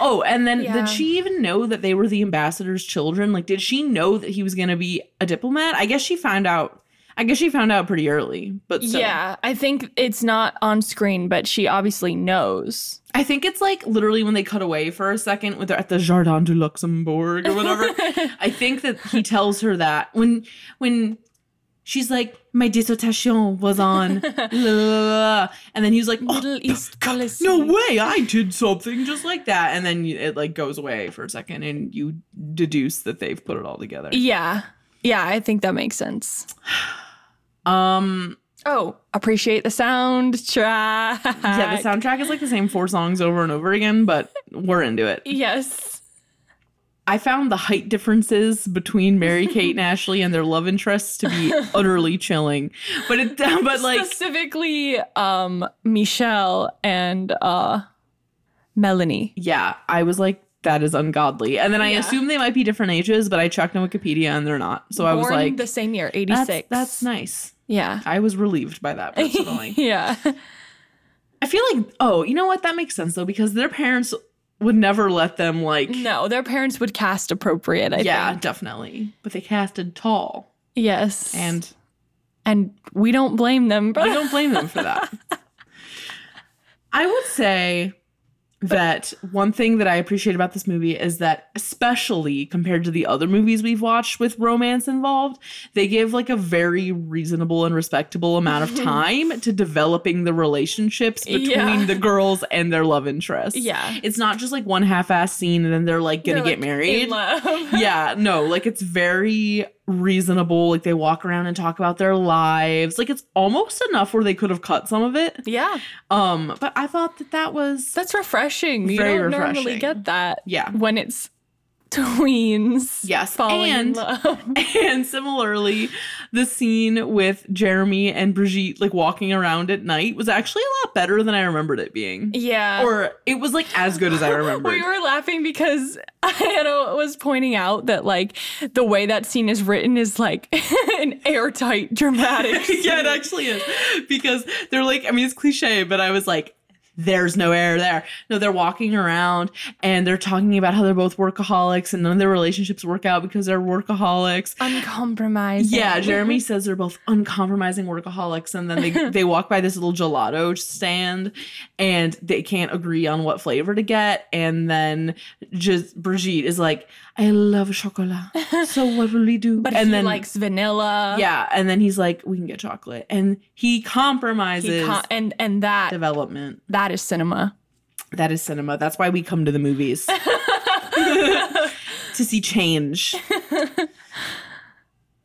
S1: oh and then
S2: Yeah.
S1: did she even know that they were the ambassador's children like did she know that he was going to be a diplomat i guess she found out i guess she found out pretty early but still.
S2: Yeah, I think it's not on screen, but she obviously knows.
S1: I think it's like literally when they cut away for a second when they're at the Jardin du Luxembourg or whatever. I think that he tells her that when when She's like, my dissertation was on, la, la, la, la." and then he's like, "Oh,
S2: Middle East policy.
S1: no way, I did something just like that. And then it like goes away for a second, and you deduce that they've put it all together.
S2: Yeah. Yeah, I think that makes sense.
S1: Um,
S2: Oh, appreciate the soundtrack.
S1: yeah, the soundtrack is like the same four songs over and over again, but we're into it.
S2: Yes.
S1: I found the height differences between Mary Kate and Ashley and their love interests to be utterly chilling. But it, but like,
S2: Specifically, um, Michelle and uh, Melanie.
S1: yeah, I was like, that is ungodly. And then I
S2: Yeah.
S1: assume they might be different ages, but I checked on Wikipedia and they're not. So I was
S2: Born
S1: like,
S2: the same year,
S1: that's,
S2: 86.
S1: that's nice.
S2: Yeah.
S1: I was relieved by that personally.
S2: yeah.
S1: I feel like, oh, you know what? That makes sense though, because their parents would never let them like,
S2: No, their parents would cast appropriate, I
S1: yeah,
S2: think.
S1: definitely. But they casted tall
S2: Yes.
S1: and
S2: and we don't blame them.
S1: I don't blame them for that. I would say that one thing that I appreciate about this movie is that, especially compared to the other movies we've watched with romance involved, they give like a very reasonable and respectable amount of time to developing the relationships between
S2: Yeah.
S1: the girls and their love interests.
S2: Yeah.
S1: It's not just like one half ass scene and then they're like gonna
S2: They're,
S1: get
S2: like,
S1: married
S2: In love.
S1: yeah, no, like it's very reasonable. Like they walk around and talk about their lives. Like it's almost enough where they could have cut some of it.
S2: yeah.
S1: Um, but I thought that that was
S2: That's refreshing. You
S1: Very
S2: don't
S1: refreshing.
S2: normally get that.
S1: Yeah.
S2: When it's tweens.
S1: Yes,
S2: Falling
S1: and-
S2: in love.
S1: and similarly, the scene with Jeremy and Brigitte like walking around at night was actually a lot better than I remembered it being.
S2: Yeah.
S1: Or it was like as good as I remembered.
S2: we were laughing because Anna was pointing out that like the way that scene is written is like an airtight dramatic. scene.
S1: yeah, it actually is. Because they're like, I mean, it's cliche, but I was like, there's no air there. No, they're walking around and they're talking about how they're both workaholics and none of their relationships work out because they're workaholics.
S2: Uncompromising.
S1: Yeah, Jeremy says they're both uncompromising workaholics, and then they they walk by this little gelato stand, and they can't agree on what flavor to get, and then just Brigitte is like, "I love chocolate, so what will we do?"
S2: But
S1: and
S2: he
S1: then
S2: likes vanilla.
S1: yeah, and then he's like, "We can get chocolate," and he
S2: He
S1: compromises
S2: con- and and that
S1: development.
S2: that is cinema.
S1: That is cinema. That's why we come to the movies to see change.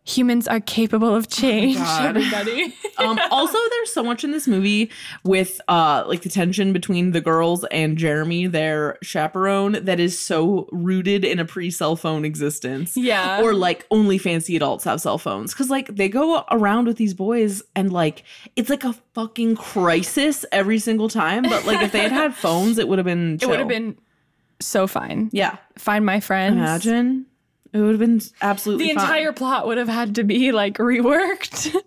S2: Humans are capable of change.
S1: Oh God.
S2: everybody.
S1: Um, also, there's so much in this movie with uh, like the tension between the girls and Jeremy, their chaperone, that is so rooted in a pre-cell phone existence.
S2: Yeah.
S1: Or like only fancy adults have cell phones because like they go around with these boys and like it's like a fucking crisis every single time. But like if they had had phones, it would have been.
S2: it would have
S1: chill.
S2: been so fine.
S1: Yeah.
S2: Find my friends.
S1: Imagine. It would have been absolutely
S2: The
S1: fine.
S2: entire plot would have had to be like reworked.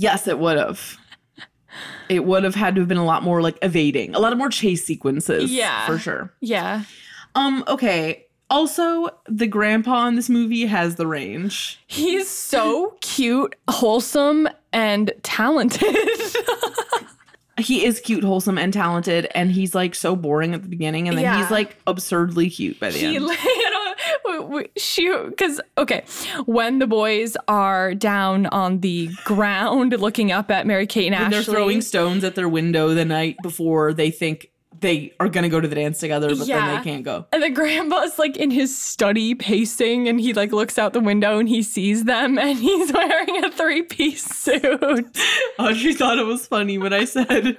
S1: Yes, it would have. It would have had to have been a lot more like evading, a lot of more chase sequences.
S2: Yeah.
S1: For sure.
S2: yeah.
S1: Um, okay. Also, the grandpa in this movie has the range.
S2: He's so cute, wholesome, and talented.
S1: He is cute, wholesome, and talented, and he's like so boring at the beginning, and then
S2: Yeah.
S1: he's like absurdly cute by the
S2: he,
S1: end.
S2: like, I don't- w- w- she, because okay, when the boys are down on the ground looking up at Mary Kate and
S1: and
S2: Ashley,
S1: they're throwing stones at their window the night before they think they are gonna go to the dance together, but then
S2: Yeah.
S1: they can't go.
S2: and the grandpa's like in his study pacing, and he like looks out the window and he sees them, and he's wearing a three piece suit.
S1: Oh, she thought it was funny when I said,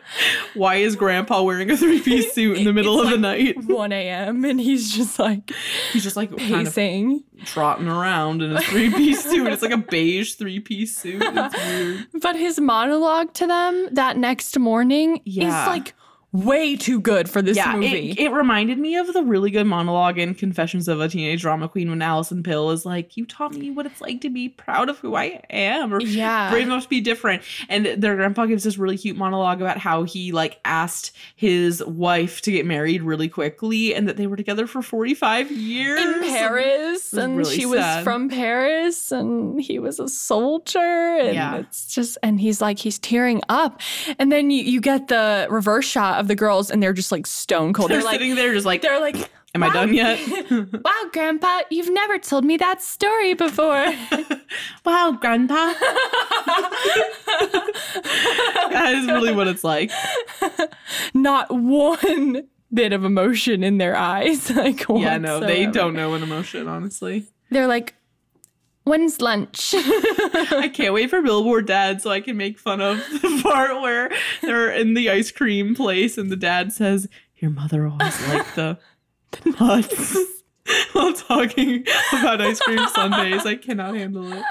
S1: Why is grandpa wearing a three piece suit in the middle of the night?
S2: 1 a.m. and he's just like
S1: He's just like kind of
S2: pacing.
S1: trotting around in a three piece suit. It's like a beige three piece suit. It's weird.
S2: But his monologue to them that next morning
S1: Yeah.
S2: is like way too good for this movie.
S1: It, it reminded me of the really good monologue in Confessions of a Teenage Drama Queen when Allison Pill is like, You taught me what it's like to be proud of who I am or
S2: Yeah.
S1: brave enough to be different. And their grandpa gives this really cute monologue about how he like asked his wife to get married really quickly and that they were together for 45 years.
S2: in Paris,
S1: was
S2: and
S1: really
S2: she was
S1: sad.
S2: from Paris, and he was a soldier, and
S1: Yeah.
S2: it's just, and he's like, he's tearing up, and then you, you get the reverse shot of the girls, and they're just like stone cold.
S1: They're
S2: They're like,
S1: sitting there just like,
S2: they're like,
S1: am I
S2: "Wow,
S1: done yet?
S2: Wow, Grandpa, you've never told me that story before.
S1: wow, grandpa. that is really what it's like.
S2: Not one bit of emotion in their eyes. Like,
S1: Yeah, no, they
S2: whatsoever.
S1: don't know an emotion, honestly.
S2: They're like, when's lunch?
S1: I can't wait for Billboard Dad so I can make fun of the part where they're in the ice cream place and the dad says, Your mother always liked the nuts. While talking about ice cream sundaes, I cannot handle it.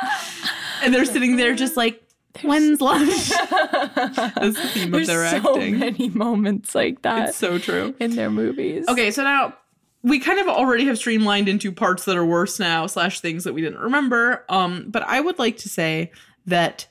S1: And they're sitting there just like, When's lunch? That's the theme of
S2: There's
S1: their
S2: so
S1: acting.
S2: many moments like that
S1: It's so true.
S2: in their movies.
S1: Okay, so now we kind of already have streamlined into parts that are worse now, slash things that we didn't remember. Um, but I would like to say that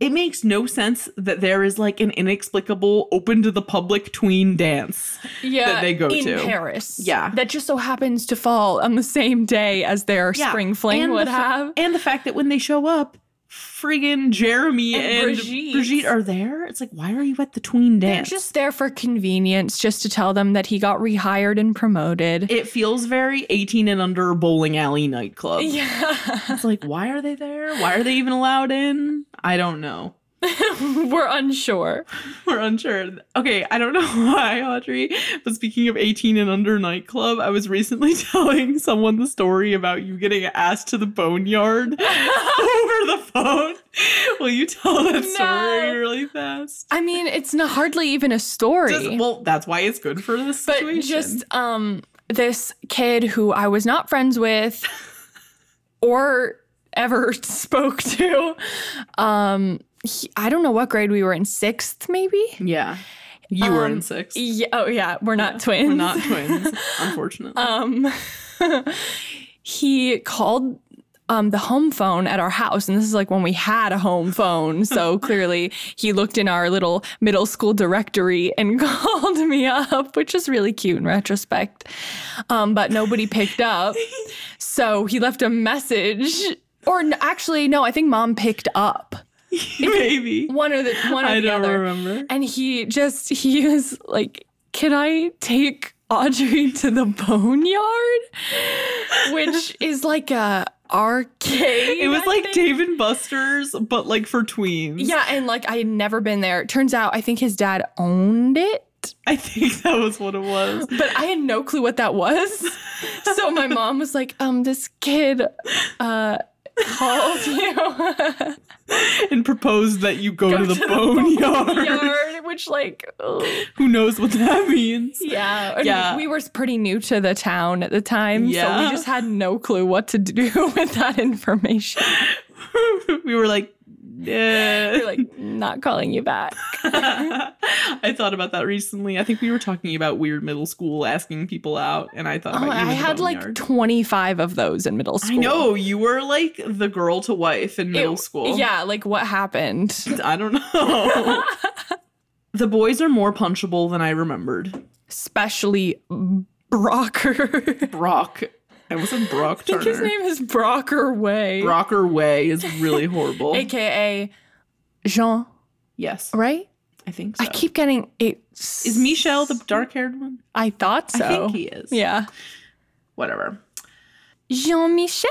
S1: it makes no sense that there is like an inexplicable open to the public tween dance.
S2: yeah,
S1: that they go
S2: in
S1: to.
S2: Paris.
S1: Yeah.
S2: that just so happens to fall on the same day as their spring fling
S1: and
S2: would
S1: the fa-
S2: have.
S1: and the fact that when they show up, friggin' Jeremy
S2: And
S1: and,
S2: Brigitte.
S1: Brigitte. are there. It's like, why are you at the tween
S2: They're
S1: dance?
S2: just there for convenience, just to tell them that he got rehired and promoted.
S1: it feels very 18 and under bowling alley nightclub.
S2: yeah,
S1: It's like, why are they there? Why are they even allowed in? I don't know.
S2: we're unsure.
S1: We're unsure. Okay, I don't know why, Audrey, but speaking of 18 and under nightclub, I was recently telling someone the story about you getting asked to the boneyard over the phone. Will you tell that story
S2: No.
S1: really fast?
S2: I mean, it's not hardly even a story.
S1: Just- well, that's why it's good for this
S2: but
S1: situation.
S2: just um this kid who I was not friends with or ever spoke to um he, I don't know what grade we were in 6th maybe
S1: yeah, you were
S2: um,
S1: in 6
S2: yeah, oh yeah we're not twins
S1: We're not twins, unfortunately.
S2: um he called um, the home phone at our house, and this is like when we had a home phone. So clearly, he looked in our little middle school directory and called me up, which is really cute in retrospect. Um, but nobody picked up, so he left a message. Or n- actually, no, I think mom picked up
S1: Maybe.
S2: one or the one or
S1: I
S2: the
S1: don't
S2: other.
S1: remember.
S2: And he just he was like, "Can I take Audrey to the boneyard?" Which is like a arcade.
S1: It was
S2: I
S1: like
S2: think.
S1: Dave and Buster's, but like for tweens.
S2: yeah, and like I had never been there. It turns out I think his dad owned it.
S1: I think that was what it was.
S2: But I had no clue what that was. So my mom was like, um, this kid uh called you.
S1: And proposed that you go, to the
S2: to the
S1: boneyard.
S2: yard, which like ugh.
S1: Who knows what that means?
S2: Yeah. and
S1: Yeah.
S2: We were pretty new to the town at the time. So we
S1: Yeah.
S2: just had no clue what to do with that information.
S1: we were like, yeah.
S2: We're like, not calling you back.
S1: I thought about that recently. I think we were talking about weird middle school asking people out, and I thought
S2: Oh,
S1: about you.
S2: I
S1: in the
S2: had like
S1: boneyard.
S2: 25 of those in middle school.
S1: I know you were like the girl to wife in
S2: It-
S1: middle school.
S2: Yeah. Like what happened?
S1: I don't know. the boys are more punchable than I remembered.
S2: Especially Brocker.
S1: Brock. I was a Brock
S2: I think his
S1: Turner.
S2: name is Brocker Way.
S1: Brocker Way is really horrible.
S2: AKA Jean,
S1: yes,
S2: right?
S1: I think so.
S2: I keep getting it.
S1: is Michelle the dark haired one?
S2: I thought so.
S1: I think he is.
S2: Yeah.
S1: Whatever.
S2: Jean Michel.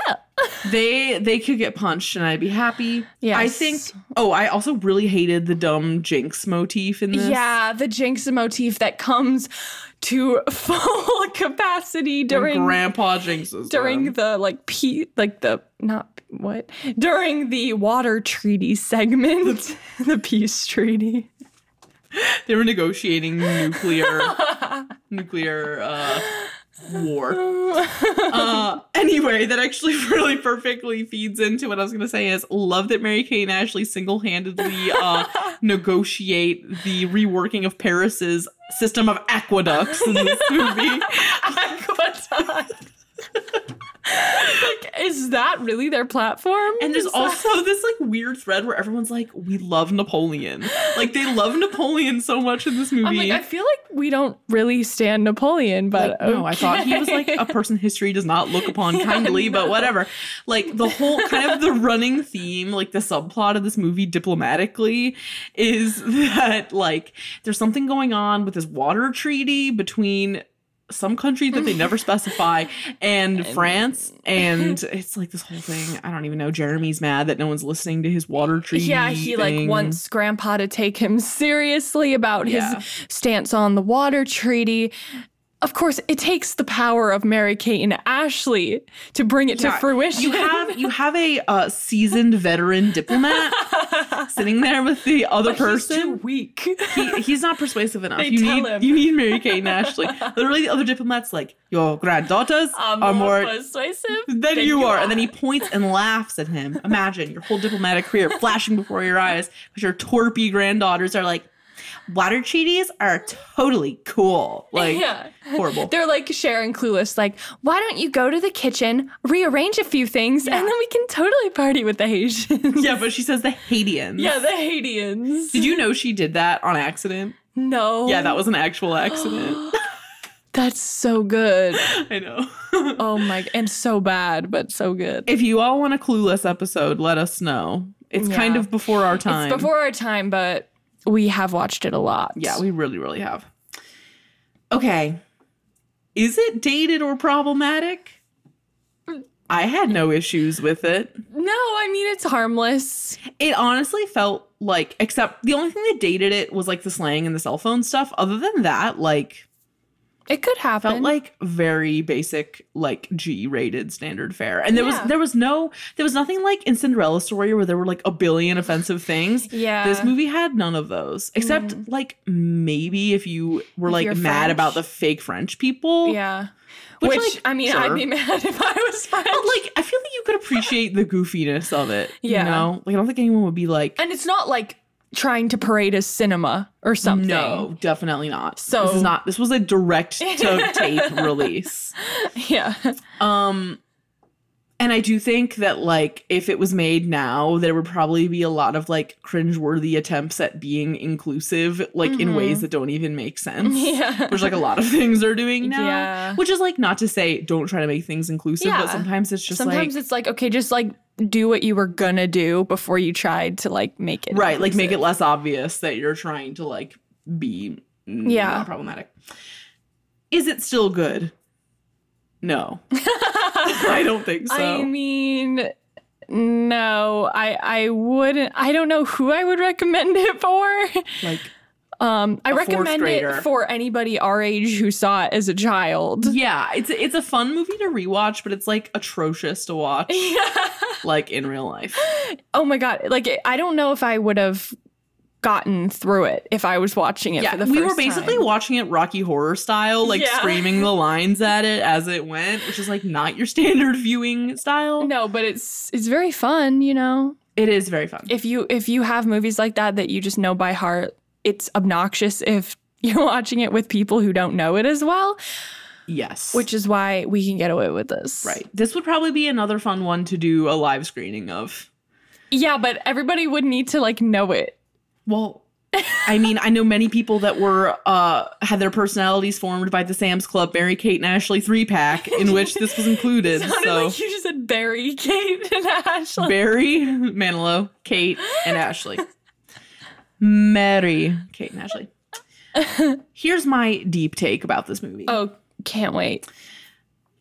S1: They they could get punched and I'd be happy.
S2: Yes.
S1: I think oh, I also really hated the dumb jinx motif in this.
S2: Yeah, the jinx motif that comes to full capacity during
S1: When Grandpa jinxes.
S2: during
S1: them.
S2: the like p like the not what during the water treaty segment, the peace treaty.
S1: they were negotiating nuclear nuclear uh war. uh, anyway, that actually really perfectly feeds into what I was going to say is love that Mary Kay and Ashley single handedly uh, negotiate the reworking of Paris's system of aqueducts in this movie.
S2: Aqueduct. like is that really their platform?
S1: And there's
S2: Is that-
S1: also this like weird thread where everyone's like, we love Napoleon. Like they love Napoleon so much in this movie.
S2: I'm like, I feel like we don't really stand Napoleon, but
S1: Like, no, I thought he was like
S2: okay.
S1: a person history does not look upon
S2: Yeah,
S1: kindly, but
S2: no.
S1: whatever. Like the whole kind of the running theme, like the subplot of this movie diplomatically is that like there's something going on with this water treaty between some country that they never specify and France and it's like this whole thing. I don't even know. Jeremy's mad that no one's listening to his water treaty.
S2: Yeah, he
S1: thing.
S2: like wants grandpa to take him seriously about
S1: Yeah.
S2: his stance on the water treaty. Of course, it takes the power of Mary Kate and Ashley to bring it to
S1: Yeah,
S2: fruition.
S1: You have you have a uh, seasoned veteran diplomat sitting there with the other
S2: He's too
S1: person.
S2: weak.
S1: He, he's not persuasive enough.
S2: They
S1: you
S2: tell
S1: need
S2: him.
S1: you need Mary Kate and Ashley. Literally, the other diplomats like your granddaughters are more
S2: persuasive
S1: than you are. And then he points and laughs at him. Imagine your whole diplomatic career flashing before your eyes because your torpy granddaughters are like, water treaties are totally cool. Like
S2: Yeah.
S1: horrible.
S2: They're like sharing clueless, like, why don't you go to the kitchen, rearrange a few things, and then we can totally party with the Haitians.
S1: yeah, but she says the Haitians.
S2: yeah, the Haitians.
S1: Did you know she did that on accident?
S2: No.
S1: Yeah, that was an actual accident.
S2: That's so good.
S1: I know.
S2: Oh my, and so bad, but so good.
S1: if you all want a clueless episode, let us know. It's kind
S2: Yeah.
S1: of before our time.
S2: It's before our time, but we have watched it a lot.
S1: yeah, we really, really have. Okay. Is it dated or problematic? I had no issues with it.
S2: no, I mean, it's harmless.
S1: It honestly felt like, except the only thing that dated it was like the slang and the cell phone stuff. Other than that, like,
S2: It could happen.
S1: felt like very basic like g-rated standard fare and there
S2: Yeah.
S1: was there was no there was nothing like in cinderella story where there were like a billion offensive things
S2: Yeah. Mm-hmm.
S1: this movie had none of those except like maybe if you were
S2: If
S1: like
S2: you're
S1: mad
S2: French.
S1: about the fake french people
S2: yeah.
S1: Which,
S2: Which,
S1: like,
S2: I mean, I'd
S1: sure.
S2: be mad if I was French.
S1: but like i feel like you could appreciate the goofiness of it
S2: Yeah.
S1: you know like i don't think anyone would be like
S2: and it's not like trying to parade a cinema or something.
S1: no definitely not
S2: So-
S1: this is not this was a direct to tape release
S2: Yeah.
S1: Um and I do think that like if it was made now, there would probably be a lot of like cringeworthy attempts at being inclusive, like in ways that don't even make sense.
S2: Mm-hmm. Yeah.
S1: Which like a lot of things are doing now.
S2: Yeah.
S1: Which is like not to say don't try to make things inclusive, but
S2: Yeah.
S1: sometimes it's just
S2: Sometimes
S1: like
S2: it's like, okay, just like do what you were gonna do before you tried to like make it.
S1: right, like make it less obvious that you're trying to like be
S2: Yeah.
S1: yeah. problematic. Is it still good? No. I don't think so.
S2: I mean, no, I I wouldn't. I don't know who I would recommend it for.
S1: like
S2: Um, I
S1: fourth
S2: recommend
S1: grader.
S2: it for anybody our age who saw it as a child.
S1: Yeah, it's it's a fun movie to rewatch, but it's like atrocious to watch, like in real life.
S2: Oh my god! Like it- I don't know if I would have gotten through it if I was watching it
S1: Yeah,
S2: for the first
S1: we were basically
S2: time.
S1: watching it Rocky Horror style, like
S2: Yeah.
S1: screaming the lines at it as it went, which is like not your standard viewing style.
S2: No, but it's it's very fun, you know.
S1: It is very fun.
S2: if you if you have movies like that that you just know by heart, it's obnoxious if you're watching it with people who don't know it as well,
S1: yes,
S2: which is why we can get away with this.
S1: right. This would probably be another fun one to do a live screening of.
S2: Yeah, but everybody would need to like know it.
S1: Well, I mean, I know many people that were uh had their personalities formed by the Sam's Club Mary Kate and Ashley three pack, in which this was included.
S2: Sounded
S1: so
S2: like you just said Barry, Kate, and Ashley.
S1: Barry, Manilow, Kate, and Ashley. Mary, Kate, and Ashley. Here's my deep take about this movie.
S2: oh, can't wait.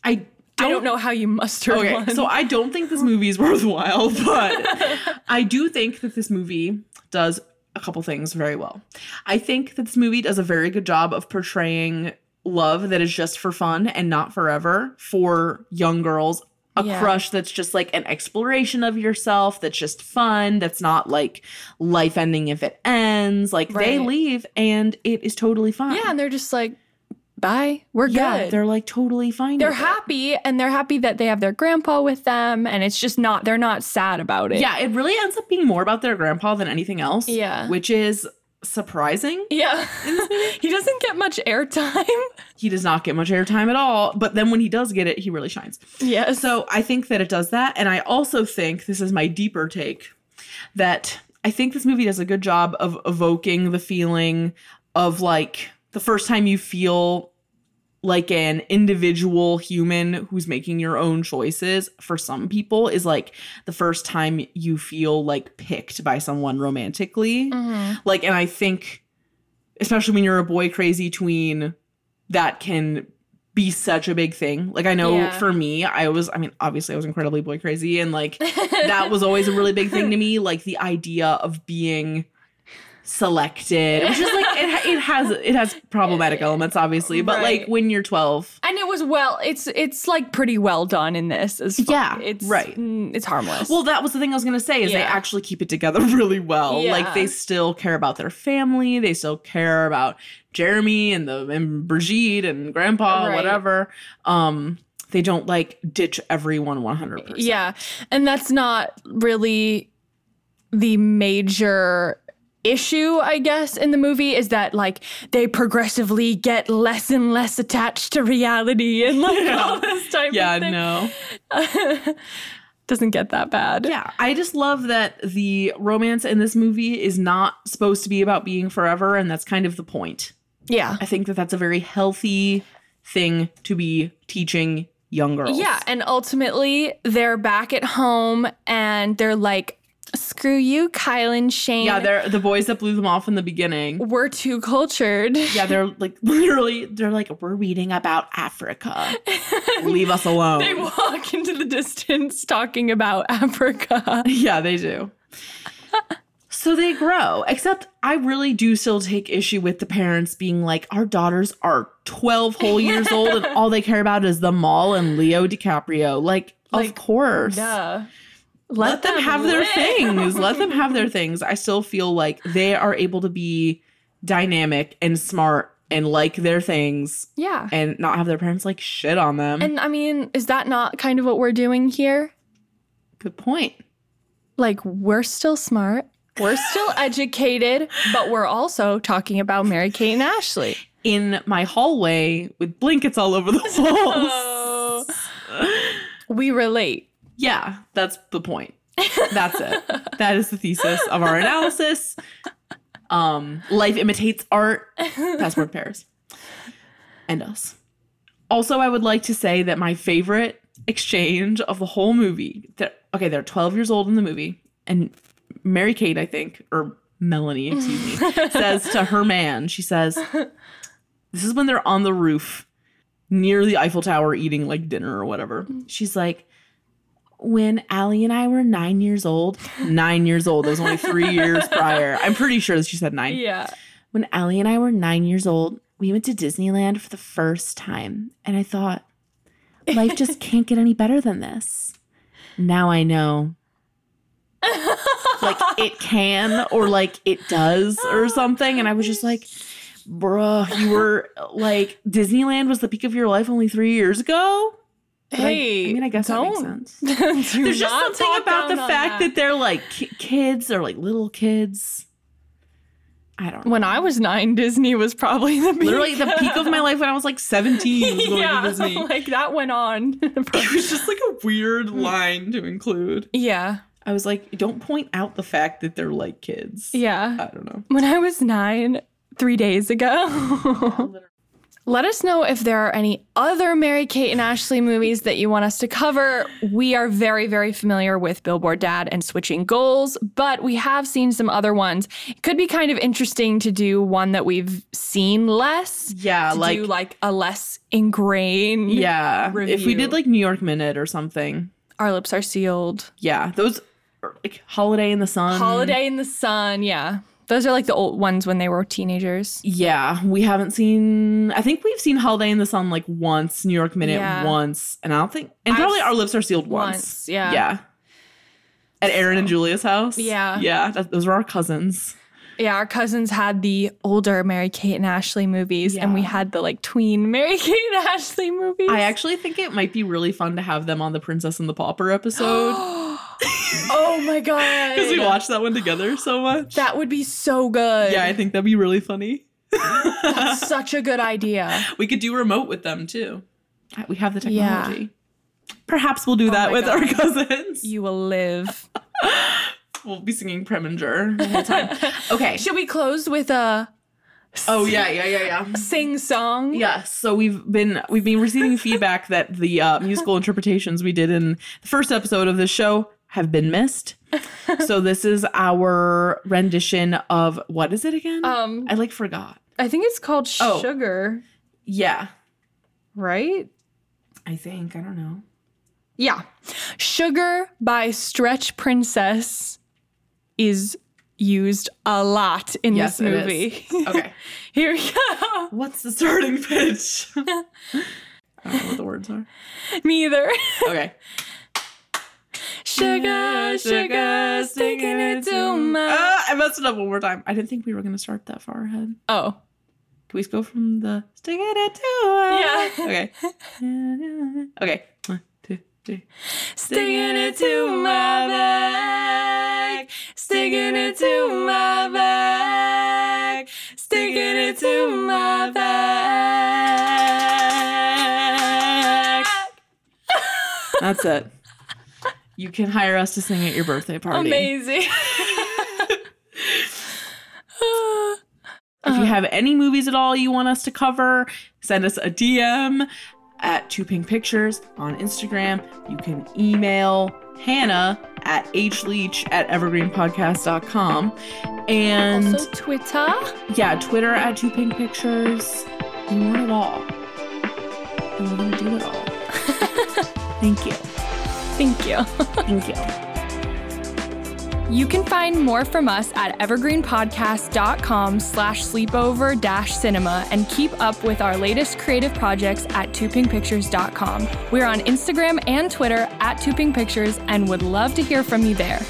S1: I
S2: I don't know how you muster
S1: Okay,
S2: one.
S1: so I don't think this movie is worthwhile, but I do think that this movie does a couple things very well. I think that this movie does a very good job of portraying love that is just for fun and not forever for young girls. A
S2: Yeah.
S1: crush that's just like an exploration of yourself, that's just fun, that's not like life ending if it ends. Like they
S2: Right.
S1: leave and it is totally fine.
S2: yeah, and they're just like, bye, we're
S1: yeah,
S2: good.
S1: they're like totally fine.
S2: they're
S1: with it.
S2: happy, and they're happy that they have their grandpa with them, and it's just not they're not sad about it.
S1: Yeah, it really ends up being more about their grandpa than anything else.
S2: Yeah.
S1: Which is surprising.
S2: Yeah. he doesn't get much airtime.
S1: He does not get much airtime at all, but then when he does get it, he really shines.
S2: Yes.
S1: So I think that it does that. And I also think this is my deeper take that I think this movie does a good job of evoking the feeling of like the first time you feel like an individual human who's making your own choices for some people is like the first time you feel like picked by someone romantically.
S2: Mm-hmm.
S1: Like, and I think, especially when you're a boy crazy tween, that can be such a big thing. Like, I know
S2: Yeah.
S1: for me, I was, I mean, obviously, I was incredibly boy crazy, and like that was always a really big thing to me. Like, the idea of being selected which is like it, ha- it has it has problematic elements obviously but
S2: Right.
S1: like when you're 12
S2: And it was well. It's it's like pretty well done in this. As far,
S1: Yeah,
S2: it's
S1: right.
S2: mm, It's harmless.
S1: Well, that was the thing I was going to say is they
S2: Yeah.
S1: actually keep it together really well. Like
S2: Yeah.
S1: they still care about their family, they still care about Jeremy and the and Brigitte and Grandpa, and
S2: Right.
S1: whatever. Um, they don't like ditch everyone one hundred percent.
S2: yeah, and that's not really the major issue i guess in the movie is that like they progressively get less and less attached to reality and like all this type
S1: Yeah,
S2: of thing
S1: no.
S2: doesn't get that bad
S1: Yeah, I just love that the romance in this movie is not supposed to be about being forever, and that's kind of the point.
S2: yeah
S1: I think that that's a very healthy thing to be teaching young girls.
S2: Yeah, and ultimately they're back at home and they're like, screw you, Kyle and Shane.
S1: yeah. They're the boys that blew them off in the beginning.
S2: we're too cultured.
S1: Yeah, they're like literally, they're like, we're reading about Africa. Leave us alone.
S2: They walk into the distance talking about Africa.
S1: yeah, they do. so they grow, except I really do still take issue with the parents being like, our daughters are 12 whole years old and all they care about is the mall and Leo DiCaprio. Like, of
S2: Like,
S1: course.
S2: Duh.
S1: Let, them, have their
S2: live.
S1: things. Let them have their things. I still feel like they are able to be dynamic and smart and like their things
S2: Yeah.
S1: and not have their parents like shit on them.
S2: And I mean, is that not kind of what we're doing here?
S1: Good point.
S2: Like, we're still smart. We're still educated, but we're also talking about Mary Kate and Ashley.
S1: In my hallway with blankets all over the walls.
S2: Oh. We relate.
S1: yeah, that's the point. That's it. that is the thesis of our analysis. Um, life imitates art. Passport Paris. And us. Also, I would like to say that my favorite exchange of the whole movie. They're, okay, they're 12 years old in the movie, and Mary Kate, I think, or Melanie, excuse me, says to her man, she says, This is when they're on the roof near the Eiffel Tower eating like dinner or whatever. She's like, when Allie and I were nine years old, nine years old, it was only three years prior. I'm pretty sure that she said nine.
S2: Yeah.
S1: When Allie and I were nine years old, we went to Disneyland for the first time. And I thought, life just can't get any better than this. Now I know. like it can, or like it does,
S2: Oh,
S1: or something. And I was just like, bruh, you were like, Disneyland was the peak of your life only three years ago? But I-
S2: Hey,
S1: I, mean, I guess that
S2: don't.
S1: makes sense. There's just something about the fact that. they're like ki- kids or like little kids. I don't know.
S2: when I was nine, Disney was probably the peak.
S1: literally the peak of my life when I was like 17 was going
S2: yeah,
S1: to Disney.
S2: like that went on.
S1: it was just like a weird line to include.
S2: yeah,
S1: Hmm. I was like, don't point out the fact that they're like kids. I
S2: yeah.
S1: don't know.
S2: When I was nine, three days ago. Let us know if there are any other Mary Kate and Ashley movies that you want us to cover. We are very, very familiar with Billboard Dad and Switching Goals, but we have seen some other ones. It could be kind of interesting to do one that we've seen less.
S1: Yeah,
S2: to
S1: like,
S2: do like a less ingrained.
S1: yeah. If we
S2: review.
S1: did like New York Minute or something.
S2: Our lips are sealed.
S1: Yeah, those are, like Holiday in the Sun.
S2: Holiday in the Sun. Yeah. Those are like the old ones when they were teenagers.
S1: Yeah, we haven't seen. I think we've seen Holiday in the Sun like once, New York Minute
S2: Yeah.
S1: once, and I don't think, and
S2: I've
S1: probably Our Lips Are Sealed once.
S2: once, yeah.
S1: yeah. At Aaron and Julia's house.
S2: Yeah.
S1: yeah, that, those were our cousins.
S2: Yeah, our cousins had the older Mary Kate and Ashley movies, and we had the like tween Mary Kate and Ashley movies.
S1: I actually think it might be really fun to have them on the Princess and the Pauper episode
S2: Oh my god.
S1: because we watched that one together so much.
S2: That would be so good.
S1: yeah, I think that'd be really funny.
S2: That's such a good idea.
S1: We could do remote with them too. Uh, We have the technology. Oh Perhaps we'll do that
S2: my
S1: with
S2: God.
S1: our cousins.
S2: You will live.
S1: We'll be singing Preminger the whole time. Okay.
S2: Should we close with a
S1: Oh yeah, yeah, yeah, yeah.
S2: sing song?
S1: Yes. So we've been we've been receiving feedback that the uh, musical interpretations we did in the first episode of this show have been missed. So this is our rendition of what is it again?
S2: Um,
S1: I like forgot.
S2: I think it's called
S1: Oh.
S2: Sugar,
S1: Yeah.
S2: right?
S1: I think I don't know.
S2: Yeah. Sugar by Stretch Princess is used a lot in
S1: Yes, it
S2: this
S1: is. Oh.
S2: movie.
S1: Okay.
S2: Here we go.
S1: What's the starting pitch? I don't know what the words are.
S2: Neither.
S1: Okay.
S2: Sugar, sugar, sticking it to my.
S1: Ah, I messed it up one more time. I didn't think we were gonna start that far ahead.
S2: Oh.
S1: Can we go from the sticking it to my-
S2: Yeah.
S1: Okay. okay. One, two, three.
S2: Sticking it to my back. Sticking it to my back. Sticking it to my back.
S1: That's it. You can hire us to sing at your birthday party.
S2: Amazing.
S1: If you have any movies at all you want us to cover, send us a DM at Two Pink Pictures on Instagram. You can email Hannah at hleach at evergreenpodcast.com. And
S2: also, Twitter.
S1: yeah, Twitter at Two Pink Pictures. We want it all. And we're going to do it all. Thank you.
S2: Thank you.
S1: Thank you.
S2: You can find more from us at evergreenpodcast.com slash sleepover dash cinema and keep up with our latest creative projects at tupingpictures.com. We're on Instagram and Twitter at tupingpictures and would love to hear from you there.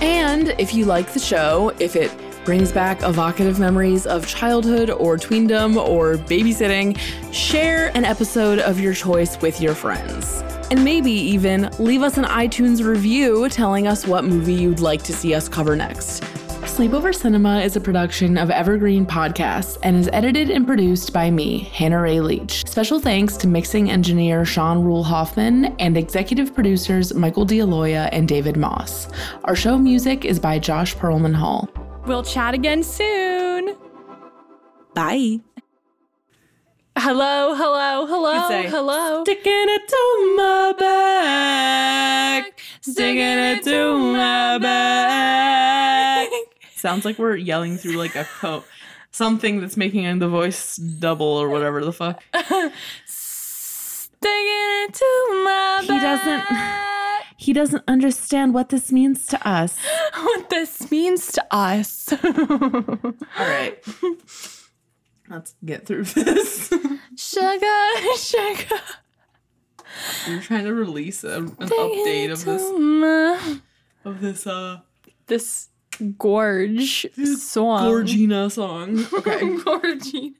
S1: And if you like the show, if it brings back evocative memories of childhood or tweendom or babysitting, share an episode of your choice with your friends. And maybe even leave us an iTunes review telling us what movie you'd like to see us cover next. Sleepover Cinema is a production of Evergreen Podcasts and is edited and produced by me, Hannah Ray Leach. Special thanks to mixing engineer Sean Rule Hoffman and executive producers Michael D'Aloia and David Moss. Our show music is by Josh Perlman Hall.
S2: We'll chat again soon.
S1: Bye.
S2: Hello, hello, hello,
S1: say,
S2: hello.
S1: Sticking it to my back. Sticking it to my back. Sounds like we're yelling through like a coat. Something that's making the voice double or whatever the fuck.
S2: Sticking it to my
S1: He doesn't-
S2: back.
S1: He doesn't understand what this means to us.
S2: What this means to us.
S1: All right. Let's get through this.
S2: sugar, sugar.
S1: I'm trying to release a, an
S2: Sticking
S1: update
S2: it
S1: of
S2: to
S1: this
S2: my-
S1: of this uh
S2: this gorge song.
S1: Gorgina song. Okay.
S2: Gorgine.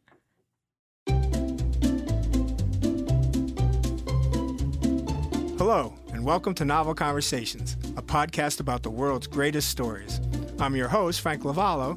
S7: Hello, and welcome to Novel Conversations, a podcast about the world's greatest stories. I'm your host, Frank Lavallo,